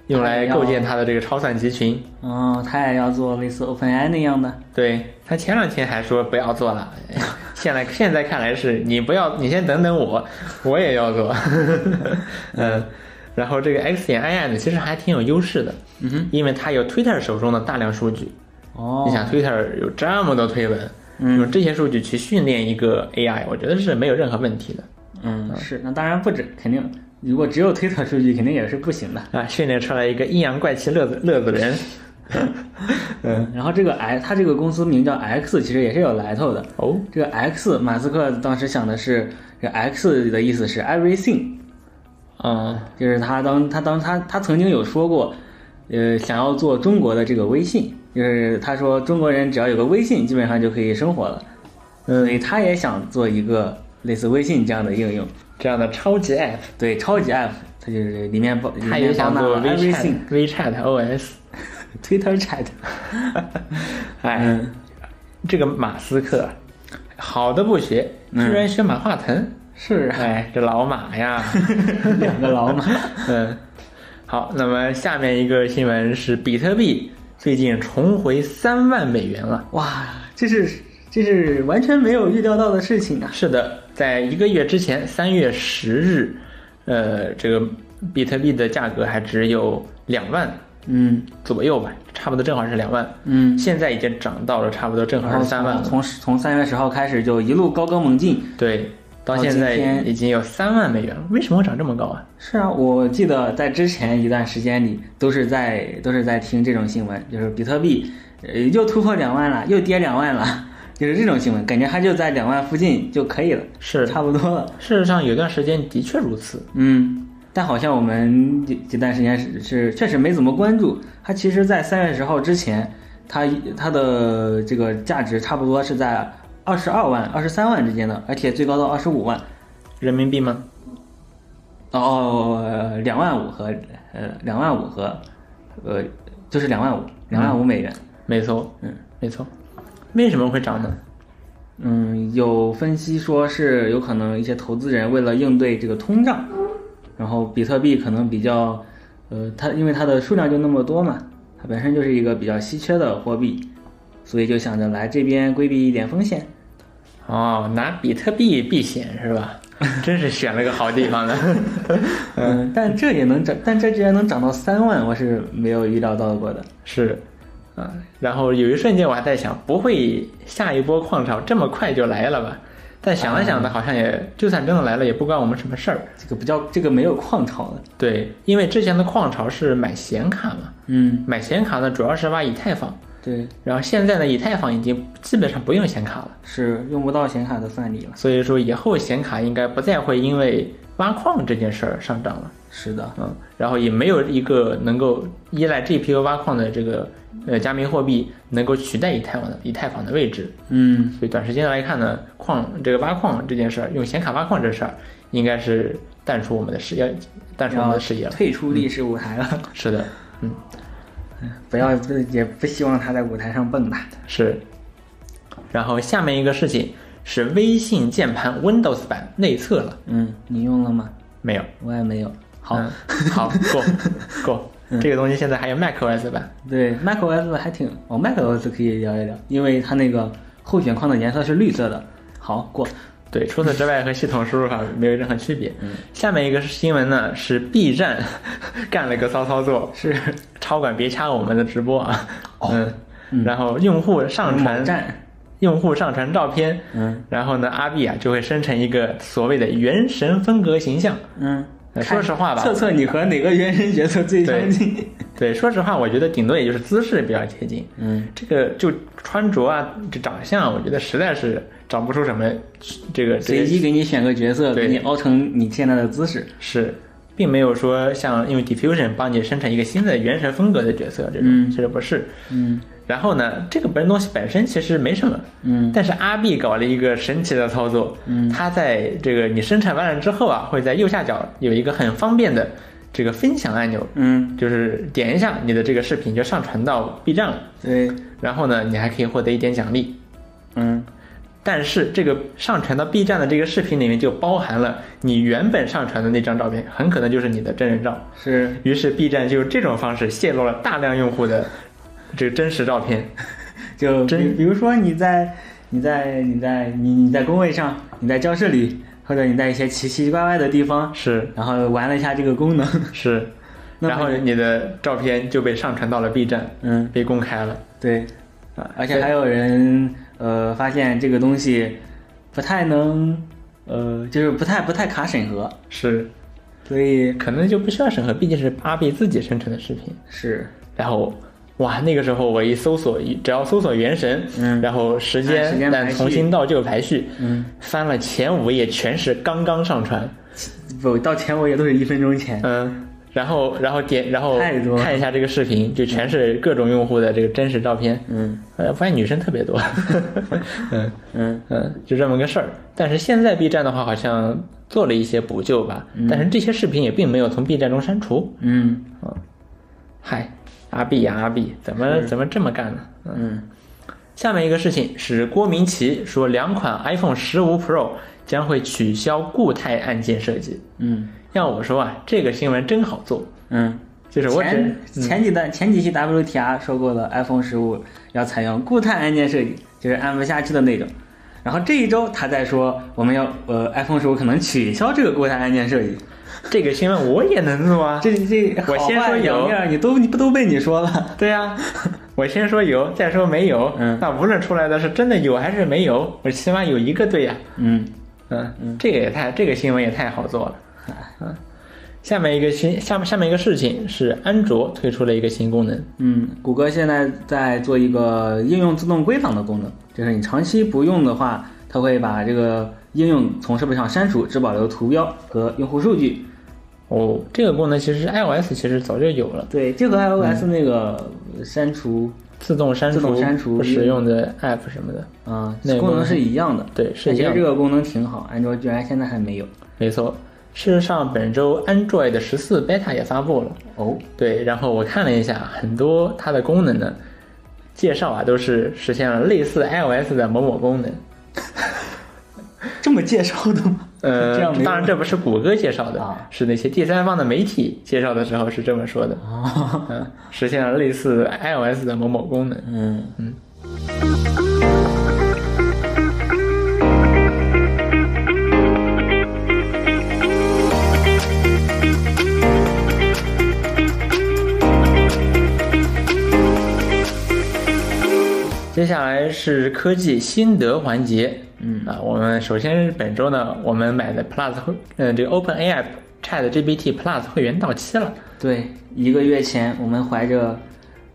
Speaker 1: 用来
Speaker 2: 哎
Speaker 1: 构建他的这个超算集群。
Speaker 2: 哦，他也要做类似 OpenAI 那样的，
Speaker 1: 对他前两天还说不要做了， 现在现在看来是你不要，你先等等我， 我也要做。 嗯，然后这个 X 点 AI 呢，其实还挺有优势的，
Speaker 2: 嗯哼，
Speaker 1: 因为它有 Twitter 手中的大量数据。
Speaker 2: 哦嗯
Speaker 1: 你，想 Twitter 有这么多推文，用这些数据去训练一个 AI，我觉得是没有任何问题的。
Speaker 2: 嗯，是，那当然不止，肯定，如果只有推特数据，肯定也是不行的。
Speaker 1: 啊，训练出来一个阴阳怪气乐子乐子人。 嗯，
Speaker 2: 然后这个 X，它这个公司名叫 X，其实也是有来头的。
Speaker 1: 哦，
Speaker 2: 这个 X，马斯克当时想的是，这 X 的意思是 everything，
Speaker 1: 嗯，
Speaker 2: 就是他当他当他他曾经有说过，呃，想要做中国的这个微信，就是他说中国人只要有个微信，基本上就可以生活了。呃所以他也想做一个类似微信这样的应用，
Speaker 1: 这样的超级 app，
Speaker 2: 对，超级 app，它就是里面包里
Speaker 1: 他也
Speaker 2: 面包
Speaker 1: 想
Speaker 2: 纳
Speaker 1: 做
Speaker 2: 了 everything
Speaker 1: WeChat、WeChat OS。
Speaker 2: Twitter Chat，
Speaker 1: 哎，
Speaker 2: 嗯
Speaker 1: 这个马斯克，啊好的不学，居
Speaker 2: 嗯
Speaker 1: 然学马化腾。
Speaker 2: 是啊
Speaker 1: 哎，这老马呀，
Speaker 2: 两个老马。
Speaker 1: 嗯，好，那么下面一个新闻是比特币最近重回三万美元了。
Speaker 2: 哇，这是这是完全没有预料到的事情啊！
Speaker 1: 是的，在一个月之前，三月十日，呃，这个比特币的价格还只有两万
Speaker 2: 嗯
Speaker 1: 左右吧，差不多正好是两万。
Speaker 2: 嗯，
Speaker 1: 现在已经涨到了差不多正好
Speaker 2: 然
Speaker 1: 是
Speaker 2: 后
Speaker 1: 三万
Speaker 2: 从
Speaker 1: 了。
Speaker 2: 从从三月十号开始就一路高歌猛进。
Speaker 1: 对，到
Speaker 2: 到
Speaker 1: 现在
Speaker 2: 今天
Speaker 1: 已经有三万美元了，为什么会涨这么高啊？
Speaker 2: 是啊，我记得在之前一段时间里都是在都是在听这种新闻，就是比特币呃又突破两万了，又跌两万了， 就是这种新闻，感觉它就在两万附近就可以了，
Speaker 1: 是，
Speaker 2: 差不多了。
Speaker 1: 事实上有段时间的确如此。
Speaker 2: 嗯，但好像我们这这段时间是是确实没怎么关注它。其实，在三月十号之前，它它的这个价值差不多是在二十二万、二十三万之间的，而且最高到二十五万，
Speaker 1: 人民币吗？
Speaker 2: 哦，两万五和呃两万五和呃就是两万五，两万五美元。
Speaker 1: 没错，
Speaker 2: 嗯，
Speaker 1: 没错。为什么会涨呢？
Speaker 2: 嗯，有分析说是有可能一些投资人为了应对这个通胀，然后比特币可能比较，呃，它因为它的数量就那么多嘛，它本身就是一个比较稀缺的货币，所以就想着来这边规避一点风险。
Speaker 1: 哦，拿比特币避险是吧？真是选了个好地方呢。
Speaker 2: 嗯，但这也能涨，但这居然能涨到三万，我是没有预料到过的。
Speaker 1: 是，啊，然后有一瞬间我还在想，不会下一波矿潮这么快就来了吧？但想了想呢，好像也就算真的来了，也不关我们什么事儿。
Speaker 2: 这个不叫这个没有矿潮的。
Speaker 1: 对，因为之前的矿潮是买显卡嘛，
Speaker 2: 嗯，
Speaker 1: 买显卡呢主要是挖以太坊，
Speaker 2: 对，
Speaker 1: 然后现在呢以太坊已经基本上不用显卡了，
Speaker 2: 是用不到显卡的算力了。
Speaker 1: 所以说以后显卡应该不再会因为挖矿这件事儿上涨了，
Speaker 2: 是的，
Speaker 1: 嗯，然后也没有一个能够依赖 GPU 挖矿的这个呃加密货币能够取代以太坊的以太坊的位置，
Speaker 2: 嗯，
Speaker 1: 所以短时间来看呢，矿这个挖矿这件事儿，用显卡挖矿这事儿，应该是淡出我们的视野，淡出我们
Speaker 2: 要
Speaker 1: 的视野了。
Speaker 2: 退出历史舞台了，
Speaker 1: 是的，嗯，
Speaker 2: 不要也不希望他在舞台上蹦吧。
Speaker 1: 是。然后下面一个事情是微信键盘 Windows 版内测了
Speaker 2: 嗯，你用了吗？
Speaker 1: 没有？
Speaker 2: 我也没有。好，
Speaker 1: 嗯 好，Go Go，这
Speaker 2: 嗯
Speaker 1: 个东西现在还有 macOS 版，
Speaker 2: 对，macOS 还挺哦，macOS 可以聊一聊，因为它那个候选框的颜色是绿色的。好，过。
Speaker 1: 对，除此之外和系统输入法没有任何区别。
Speaker 2: 嗯
Speaker 1: 下面一个是新闻呢，是 B 站 干了个骚操作，是超管别掐我们的直播啊。嗯，然后用户上传
Speaker 2: 哦网站，
Speaker 1: 用户上传照片，
Speaker 2: 嗯
Speaker 1: 然后呢，阿碧啊就会生成一个所谓的原神风格形象。
Speaker 2: 嗯，
Speaker 1: 呃说实话吧
Speaker 2: 测测你和哪个原神角色最相近？
Speaker 1: 对，说实话，我觉得顶多也就是姿势比较接近，
Speaker 2: 嗯，
Speaker 1: 这个就穿着啊，这长相，我觉得实在是找不出什么这个这
Speaker 2: 随
Speaker 1: 个
Speaker 2: 机给你选个角色，
Speaker 1: 对
Speaker 2: 给你凹成你现在的姿势。
Speaker 1: 是，并没有说像用 diffusion 帮你生成一个新的原神风格的角色这种，
Speaker 2: 嗯
Speaker 1: 其实不是。
Speaker 2: 嗯
Speaker 1: 然后呢，这个本东西本身其实没什么，
Speaker 2: 嗯
Speaker 1: 但是阿 B 搞了一个神奇的操作，
Speaker 2: 嗯
Speaker 1: 他在这个你生产完了之后啊，会在右下角有一个很方便的这个分享按钮，
Speaker 2: 嗯，
Speaker 1: 就是点一下你的这个视频就上传到 B 站了，
Speaker 2: 对，
Speaker 1: 然后呢，你还可以获得一点奖励。
Speaker 2: 嗯
Speaker 1: 但是这个上传到 B 站的这个视频里面就包含了你原本上传的那张照片，很可能就是你的真人照。
Speaker 2: 是。
Speaker 1: 于是 B 站就用这种方式泄露了大量用户的这个真实照片。
Speaker 2: 就比
Speaker 1: 真
Speaker 2: 比如说你在你在你在你你在工位上，你在教室里，或者你在一些奇奇怪怪的地方，
Speaker 1: 是
Speaker 2: 然后玩了一下这个功能，
Speaker 1: 是，
Speaker 2: 那
Speaker 1: 然后
Speaker 2: 没
Speaker 1: 你的照片就被上传到了 B 站，
Speaker 2: 嗯，
Speaker 1: 被公开了
Speaker 2: 对，呃
Speaker 1: 啊！
Speaker 2: 而且还有人呃发现这个东西不太能呃就是不太不太卡审核，
Speaker 1: 是
Speaker 2: 所以
Speaker 1: 可能就不需要审核，毕竟是阿 B 自己生成的视频。
Speaker 2: 是
Speaker 1: 然后哇，那个时候我一搜索，一只要搜索《原神》，
Speaker 2: 嗯
Speaker 1: 然后时
Speaker 2: 按时
Speaker 1: 间
Speaker 2: 间
Speaker 1: 按
Speaker 2: 排序
Speaker 1: 从新到旧排序，
Speaker 2: 嗯，
Speaker 1: 翻了前五页全是刚刚上传，
Speaker 2: 不到前我也都是一分钟前，
Speaker 1: 嗯，然后然后点然后
Speaker 2: 太多了
Speaker 1: 看一下这个视频，就全是各种用户的这个真实照片，
Speaker 2: 嗯
Speaker 1: 呃，发现女生特别 多，嗯
Speaker 2: 嗯
Speaker 1: 嗯，就这么个事儿。但是现在 B 站的话，好像做了一些补救吧，但是这些视频也并没有从 B 站中删除。
Speaker 2: 嗯
Speaker 1: 啊嗨，阿 B 呀、阿 B，怎么怎么这么干呢？嗯，
Speaker 2: 嗯，
Speaker 1: 下面一个事情是郭明奇说，两款 iPhone 十五 Pro 将会取消固态按键设计。
Speaker 2: 嗯
Speaker 1: 要我说啊，这个新闻真好做，
Speaker 2: 嗯。
Speaker 1: 就是我只嗯
Speaker 2: 前前几段前几期 WTR 说过了，iPhone 十五要采用固态按键设计，就是按不下去的那种。然后这一周他在说，我们要呃 iPhone 十五可能取消这个固态按键设计。
Speaker 1: 这个新闻我也能做啊。
Speaker 2: 这这
Speaker 1: 我先
Speaker 2: 好
Speaker 1: 说
Speaker 2: 坏
Speaker 1: 有
Speaker 2: 两面儿，你都你不都被你说了？
Speaker 1: 对呀、 我先说有，再说没有。
Speaker 2: 嗯
Speaker 1: 那无论出来的是真的有还是没有，我起码有一个对啊呀、
Speaker 2: 嗯
Speaker 1: 嗯，这个也太这个新闻也太好做了。嗯，下面一个新下面下面一个事情是安卓推出了一个新功能，
Speaker 2: 嗯，谷歌现在在做一个应用自动归档的功能，就是你长期不用的话，它会把这个应用从设备上删除，只保留图标和用户数据。
Speaker 1: 哦，这个功能其实 iOS 其实早就有了，
Speaker 2: 对，就和 iOS 那个删除
Speaker 1: 自动删除
Speaker 2: 自动删除
Speaker 1: 不使用的 app 什么的。
Speaker 2: 啊、
Speaker 1: 那个
Speaker 2: 功
Speaker 1: 功
Speaker 2: 能
Speaker 1: 能
Speaker 2: 是一样的。
Speaker 1: 对是
Speaker 2: 但
Speaker 1: 一
Speaker 2: 其
Speaker 1: 样
Speaker 2: 实
Speaker 1: 的
Speaker 2: 这个功能挺好，安卓居然现在还没有。
Speaker 1: 没错，事实上本周 Android 十四 beta 也发布了。
Speaker 2: 哦，
Speaker 1: 对，然后我看了一下，很多它的功能呢，介绍啊都是实现了类似 iOS 的某某功能。
Speaker 2: 这么介绍的吗？
Speaker 1: 呃
Speaker 2: 这样，没
Speaker 1: 当然这不是谷歌介绍的，
Speaker 2: 啊
Speaker 1: 是那些第三方的媒体介绍的时候是这么说的。
Speaker 2: 啊，
Speaker 1: 嗯，实现了类似 iOS 的某某功能。
Speaker 2: 嗯嗯。
Speaker 1: 接下来是科技心得环节。
Speaker 2: 嗯
Speaker 1: 啊，我们首先是本周呢，我们买的 Plus 会，嗯、这个 OpenAI Chat GPT Plus 会员到期了。
Speaker 2: 对，一个月前我们怀着，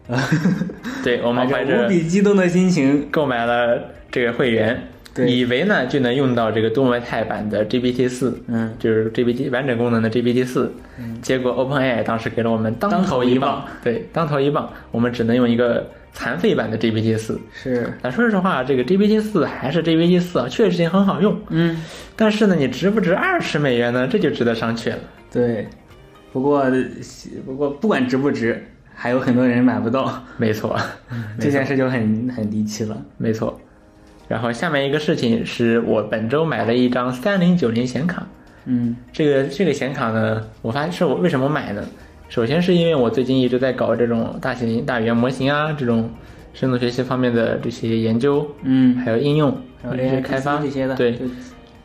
Speaker 2: 呃，
Speaker 1: 对，我们怀
Speaker 2: 无
Speaker 1: 着
Speaker 2: 比激动的心情，
Speaker 1: 购买了这个会员，
Speaker 2: 对
Speaker 1: 以为呢就能用到这个多模态版的 GPT 四，
Speaker 2: 嗯，
Speaker 1: 就是 GPT 完整功能的 GPT 四、结果 OpenAI 当时给了我们嗯当头一
Speaker 2: 当头一
Speaker 1: 棒，对，当头一棒，我们只能用一个残废版的 GPT 四。
Speaker 2: 是，
Speaker 1: 但说实话，这个 GPT 四还是 GPT 四啊，确实也很好用，
Speaker 2: 嗯，
Speaker 1: 但是呢，你值不值二十美元呢？这就值得商榷了。
Speaker 2: 对。不过不过不管值不值，还有很多人买不到，
Speaker 1: 没错，嗯没错
Speaker 2: 这件事就很很离奇了。
Speaker 1: 没错。然后下面一个事情是我本周买了一张三零九零显卡，
Speaker 2: 嗯
Speaker 1: 这个这个显卡呢，我发现是我为什么买呢？首先是因为我最近一直在搞这种大型大语言模型啊，这种深度学习方面的这些研究，
Speaker 2: 嗯，
Speaker 1: 还有应用，
Speaker 2: 还有
Speaker 1: 这些
Speaker 2: AI
Speaker 1: 开发
Speaker 2: 这些的，
Speaker 1: 对
Speaker 2: 就，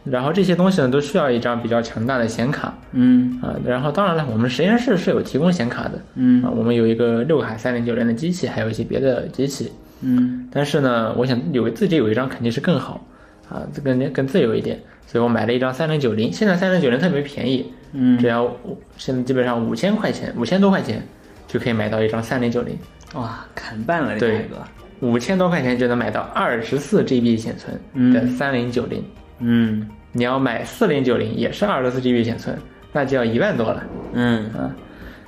Speaker 1: 然后这些东西呢，都需要一张比较强大的显卡
Speaker 2: 嗯
Speaker 1: 啊、然后当然了，我们实验室是有提供显卡的，啊、
Speaker 2: 嗯
Speaker 1: 我们有一个六卡三零九零的机器，还有一些别的机器。
Speaker 2: 嗯
Speaker 1: 但是呢，我想有自己有一张肯定是更好啊，这更更自由一点，所以我买了一张三零九零。现在三零九零特别便宜，
Speaker 2: 嗯，
Speaker 1: 只要五现在基本上五千块钱，五千多块钱就可以买到一张三零九零，
Speaker 2: 哇，砍半了这
Speaker 1: 对
Speaker 2: 价格，
Speaker 1: 五千多块钱就能买到二十四 GB 显存的三零九零。
Speaker 2: 嗯
Speaker 1: 你要买四零九零也是二十四 GB 显存，那就要一万多了
Speaker 2: 嗯，
Speaker 1: 啊。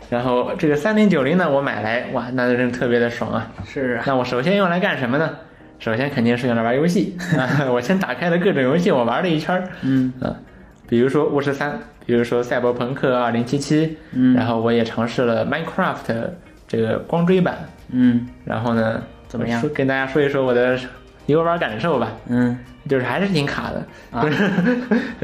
Speaker 1: 然后这个三零九零呢，我买来哇，那真是特别的爽啊！
Speaker 2: 是啊，
Speaker 1: 那我首先用来干什么呢？首先肯定是用来玩游戏。 啊我先打开了各种游戏，我玩了一圈儿。
Speaker 2: 嗯
Speaker 1: 啊，比如说《巫师三》，比如说《赛博朋克2077》，
Speaker 2: 嗯
Speaker 1: 然后我也尝试了《Minecraft》这个光追版。
Speaker 2: 嗯
Speaker 1: 然后呢，
Speaker 2: 怎么
Speaker 1: 我
Speaker 2: 样
Speaker 1: 说跟大家说一说我的游玩感受吧，
Speaker 2: 嗯
Speaker 1: 就是还是挺卡的，
Speaker 2: 啊
Speaker 1: 就是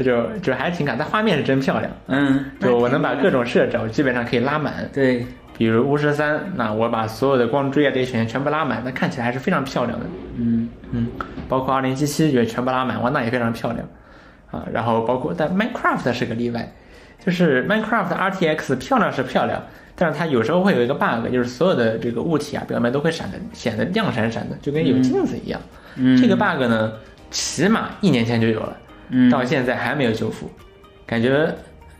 Speaker 1: 就就还是挺卡，但画面是真漂亮。
Speaker 2: 嗯，
Speaker 1: 就我能
Speaker 2: 那
Speaker 1: 把各种设置，我基本上可以拉满。
Speaker 2: 对，
Speaker 1: 比如巫师三，那我把所有的光追啊这些选项全部拉满，那看起来还是非常漂亮的。
Speaker 2: 嗯
Speaker 1: 嗯，包括二零七七也全部拉满，哇，那也非常漂亮啊。然后包括但 Minecraft 是个例外，就是 Minecraft RTX 漂亮是漂亮，但是它有时候会有一个 bug，就是所有的这个物体啊表面都会闪的显得亮闪闪的，就跟有镜子一样。
Speaker 2: 嗯，
Speaker 1: 这个 bug 呢，起码一年前就有了，
Speaker 2: 嗯
Speaker 1: 到现在还没有修复，感觉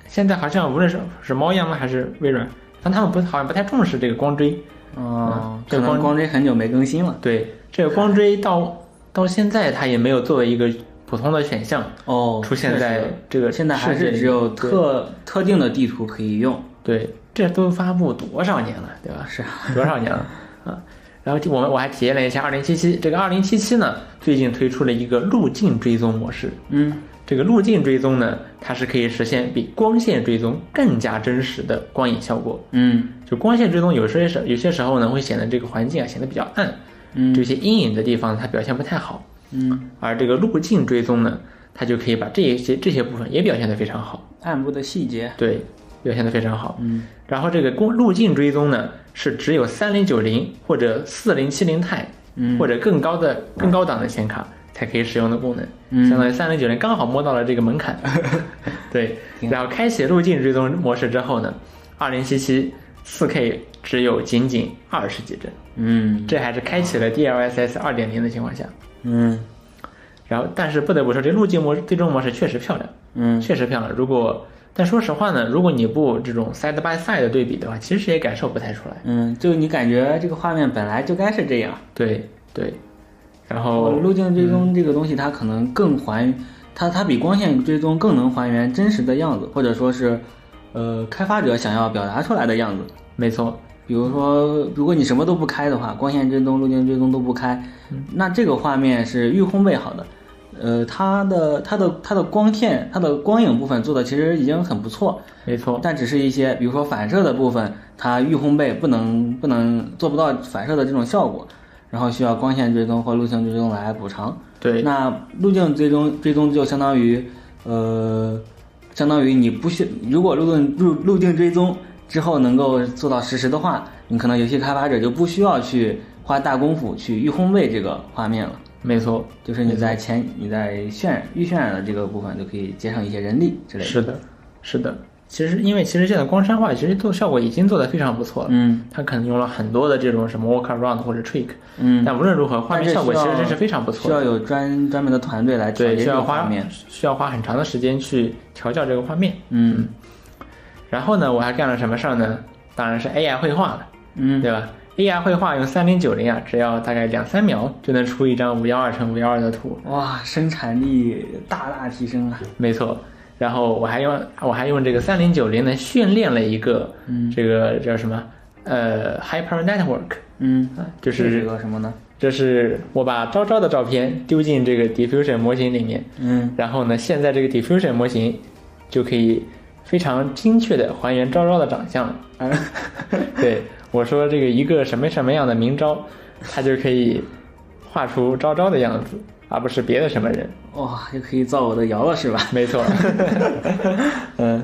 Speaker 1: 现在好像无论是是猫眼吗还是微软，但他们不好像不太重视这个光追。
Speaker 2: 哦
Speaker 1: 嗯，
Speaker 2: 可
Speaker 1: 这光
Speaker 2: 能光追很久没更新了，
Speaker 1: 对，这个光追到到现在，它也没有作为一个普通的选项
Speaker 2: 哦，
Speaker 1: 出现
Speaker 2: 确
Speaker 1: 在
Speaker 2: 实
Speaker 1: 这个
Speaker 2: 现在还
Speaker 1: 世界
Speaker 2: 是
Speaker 1: 里
Speaker 2: 只有
Speaker 1: 对
Speaker 2: 特特定的地图可以用，
Speaker 1: 对，这都发布多少年了，对 吧？
Speaker 2: 是啊，
Speaker 1: 多少年了啊？然后我们我还体验了一下二零七七，这个二零七七呢，最近推出了一个路径追踪模式。
Speaker 2: 嗯
Speaker 1: 这个路径追踪呢，它是可以实现比光线追踪更加真实的光影效果。
Speaker 2: 嗯
Speaker 1: 就光线追踪有些时有些时候呢，会显得这个环境啊显得比较暗，
Speaker 2: 嗯
Speaker 1: 这些阴影的地方它表现不太好。
Speaker 2: 嗯，
Speaker 1: 而这个路径追踪呢，它就可以把这一些这些部分也表现得非常好，
Speaker 2: 暗部的细节，
Speaker 1: 对，表现得非常好。
Speaker 2: 嗯
Speaker 1: 然后这个公路径追踪呢，是只有三零九零或者四零七零钛
Speaker 2: 嗯，
Speaker 1: 或者更高的更高档的显卡才可以使用的功能，
Speaker 2: 嗯
Speaker 1: 相当于三零九零刚好摸到了这个门 槛。对，
Speaker 2: 挺
Speaker 1: 然后开启路径追踪模式之后呢，二零七七四 K 只有仅仅二十几帧，
Speaker 2: 嗯
Speaker 1: 这还是开启了 DLSS 二点零的情况下。
Speaker 2: 嗯
Speaker 1: 然后，但是不得不说，这路径模最终模式确实漂亮，
Speaker 2: 嗯
Speaker 1: 确实漂亮。如果但说实话呢，如果你不这种 side by side 的对比的话，其实也感受不太出来。
Speaker 2: 嗯，就你感觉这个画面本来就该是这样。
Speaker 1: 对对，然
Speaker 2: 哦，
Speaker 1: 后
Speaker 2: 路径追
Speaker 1: 嗯
Speaker 2: 踪这个东西，它可能更还，它它比光线追踪更能还原真实的样子，或者说是，呃，开发者想要表达出来的样子。
Speaker 1: 没错，
Speaker 2: 比如说，如果你什么都不开的话，光线追踪、路径追踪都不开，
Speaker 1: 嗯
Speaker 2: 那这个画面是预烘焙好的。呃，它的它的它的光线、它的光影部分做的其实已经很不错，
Speaker 1: 没错，
Speaker 2: 但只是一些，比如说反射的部分，它预烘焙不能不能做不到反射的这种效果，然后需要光线追踪或路径追踪来补偿。
Speaker 1: 对
Speaker 2: 那路径追踪追踪就相当于，呃，相当于你不需如果路径路路径追踪之后能够做到实时的话，你可能游戏开发者就不需要去花大功夫去预烘焙这个画面了，
Speaker 1: 没错，
Speaker 2: 就是你在前你在渲染预渲染的这个部分就可以节省一些人力之类的。
Speaker 1: 是的，是的。其实因为其实现在光山化其实做效果已经做得非常不错了，
Speaker 2: 嗯
Speaker 1: 它可能用了很多的这种什么 workaround 或者 trick，
Speaker 2: 嗯，
Speaker 1: 但无论如何，画面效果其实真是非常不
Speaker 2: 需
Speaker 1: 错的。
Speaker 2: 要有专专门的团队来调
Speaker 1: 对，
Speaker 2: 节
Speaker 1: 需
Speaker 2: 这
Speaker 1: 要
Speaker 2: 个
Speaker 1: 花
Speaker 2: 画面。
Speaker 1: 需要花很长的时间去调教这个画面。
Speaker 2: 嗯
Speaker 1: 然后呢，我还干了什么事儿呢？当然是 AI 绘画了，
Speaker 2: 嗯
Speaker 1: 对吧？ AR 绘画用三零九零啊，只要大概两三秒就能出一张五幺二乘五幺二的图，
Speaker 2: 哇，生产力大大提升啊！
Speaker 1: 没错。然后我还用我还用这个三零九零呢训练了一个、这个叫什么呃 Hyper Network
Speaker 2: 嗯，
Speaker 1: 啊，就
Speaker 2: 这
Speaker 1: 是
Speaker 2: 是个什么呢？
Speaker 1: 这是我把昭昭的照片丢进这个 diffusion 模型里面，
Speaker 2: 嗯，
Speaker 1: 然后呢，现在这个 diffusion 模型就可以非常精确的还原昭昭的长相了。对，我说这个一个什么什么样的明昭，它就可以画出昭昭的样子，而不是别的什么人。
Speaker 2: 哇，又可以造我的谣了是吧？
Speaker 1: 没错，嗯，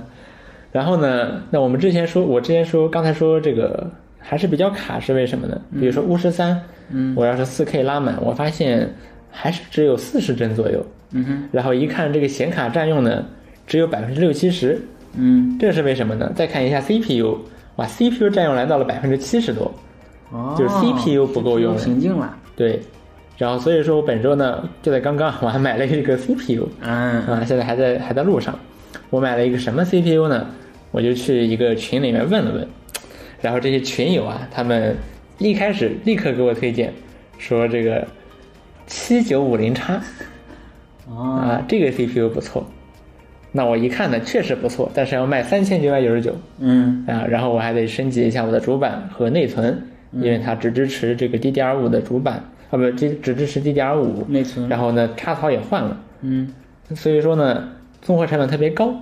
Speaker 1: 然后呢，那我们之前说，我之前说，刚才说这个还是比较卡，是为什么呢？比如说巫师三，嗯，我要是四 K 拉满，我发现还是只有四十帧左右，
Speaker 2: 嗯哼，
Speaker 1: 然后一看这个显卡占用呢，只有百分之六七十，
Speaker 2: 嗯，
Speaker 1: 这是为什么呢？再看一下 CPU，哇，CPU 占用来到了百分之七十多，
Speaker 2: 哦，
Speaker 1: 就是 CPU 不够用
Speaker 2: CPU 瓶颈了。
Speaker 1: 对，然后所以说我本周呢，就在刚刚 我还买了一个 CPU，
Speaker 2: 嗯，
Speaker 1: 啊，现在还在还在路上。我买了一个什么 CPU 呢？我就去一个群里面问了问，然后这些群友啊，他们一开始立刻给我推荐，说这个七九五零叉
Speaker 2: 哦，
Speaker 1: 啊，这个 CPU 不错。那我一看呢，确实不错，但是要卖三千九百九十九
Speaker 2: 嗯，
Speaker 1: 啊，然后我还得升级一下我的主板和内存，因为它只支持这个 DDR 5的主板啊，不，只只支持 DDR 5
Speaker 2: 内存，
Speaker 1: 然后呢，插槽也换了。
Speaker 2: 嗯
Speaker 1: 所以说呢，综合成本特别高。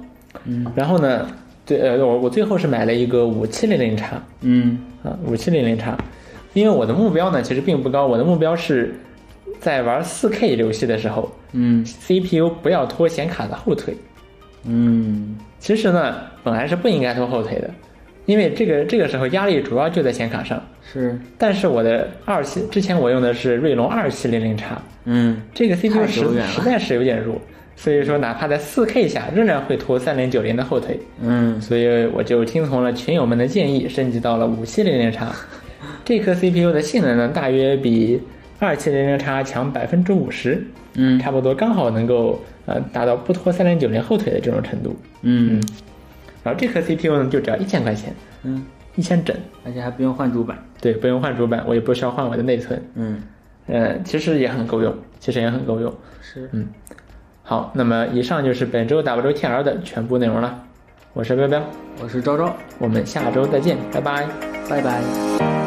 Speaker 2: 嗯
Speaker 1: 然后呢，对，呃，我我最后是买了一个五七零零叉
Speaker 2: 嗯
Speaker 1: 啊，五七零零叉，因为我的目标呢其实并不高，我的目标是在玩四 K 游戏的时候
Speaker 2: 嗯
Speaker 1: ，CPU 不要拖显卡的后腿。
Speaker 2: 嗯，
Speaker 1: 其实呢，本来是不应该拖后腿的，因为这个这个时候压力主要就在显卡上。
Speaker 2: 是，
Speaker 1: 但是我的二七之前我用的是锐龙二七零零叉，
Speaker 2: 嗯
Speaker 1: 这个 CPU
Speaker 2: 太
Speaker 1: 实
Speaker 2: 久远了
Speaker 1: 实在是有点弱，所以说哪怕在 4K 下仍然会拖三零九零的后腿，
Speaker 2: 嗯
Speaker 1: 所以我就听从了群友们的建议，升级到了五七零零叉。这颗 CPU 的性能呢，大约比二七零零叉强百分之五十，
Speaker 2: 嗯
Speaker 1: 差不多刚好能够呃达到不拖三零九零后腿的这种程度。
Speaker 2: 嗯
Speaker 1: 然后这颗 CPU 呢，就只要一千块钱，
Speaker 2: 嗯，
Speaker 1: 一千整，
Speaker 2: 而且还不用换主板。
Speaker 1: 对，不用换主板，我也不需要换我的内存，
Speaker 2: 嗯，
Speaker 1: 嗯，其实也很够用，其实也很够用。
Speaker 2: 是，
Speaker 1: 好，那么以上就是本周 WTR 的全部内容了。我是彪彪，
Speaker 2: 我是昭昭，
Speaker 1: 我们下周再见，拜拜。
Speaker 2: 拜拜。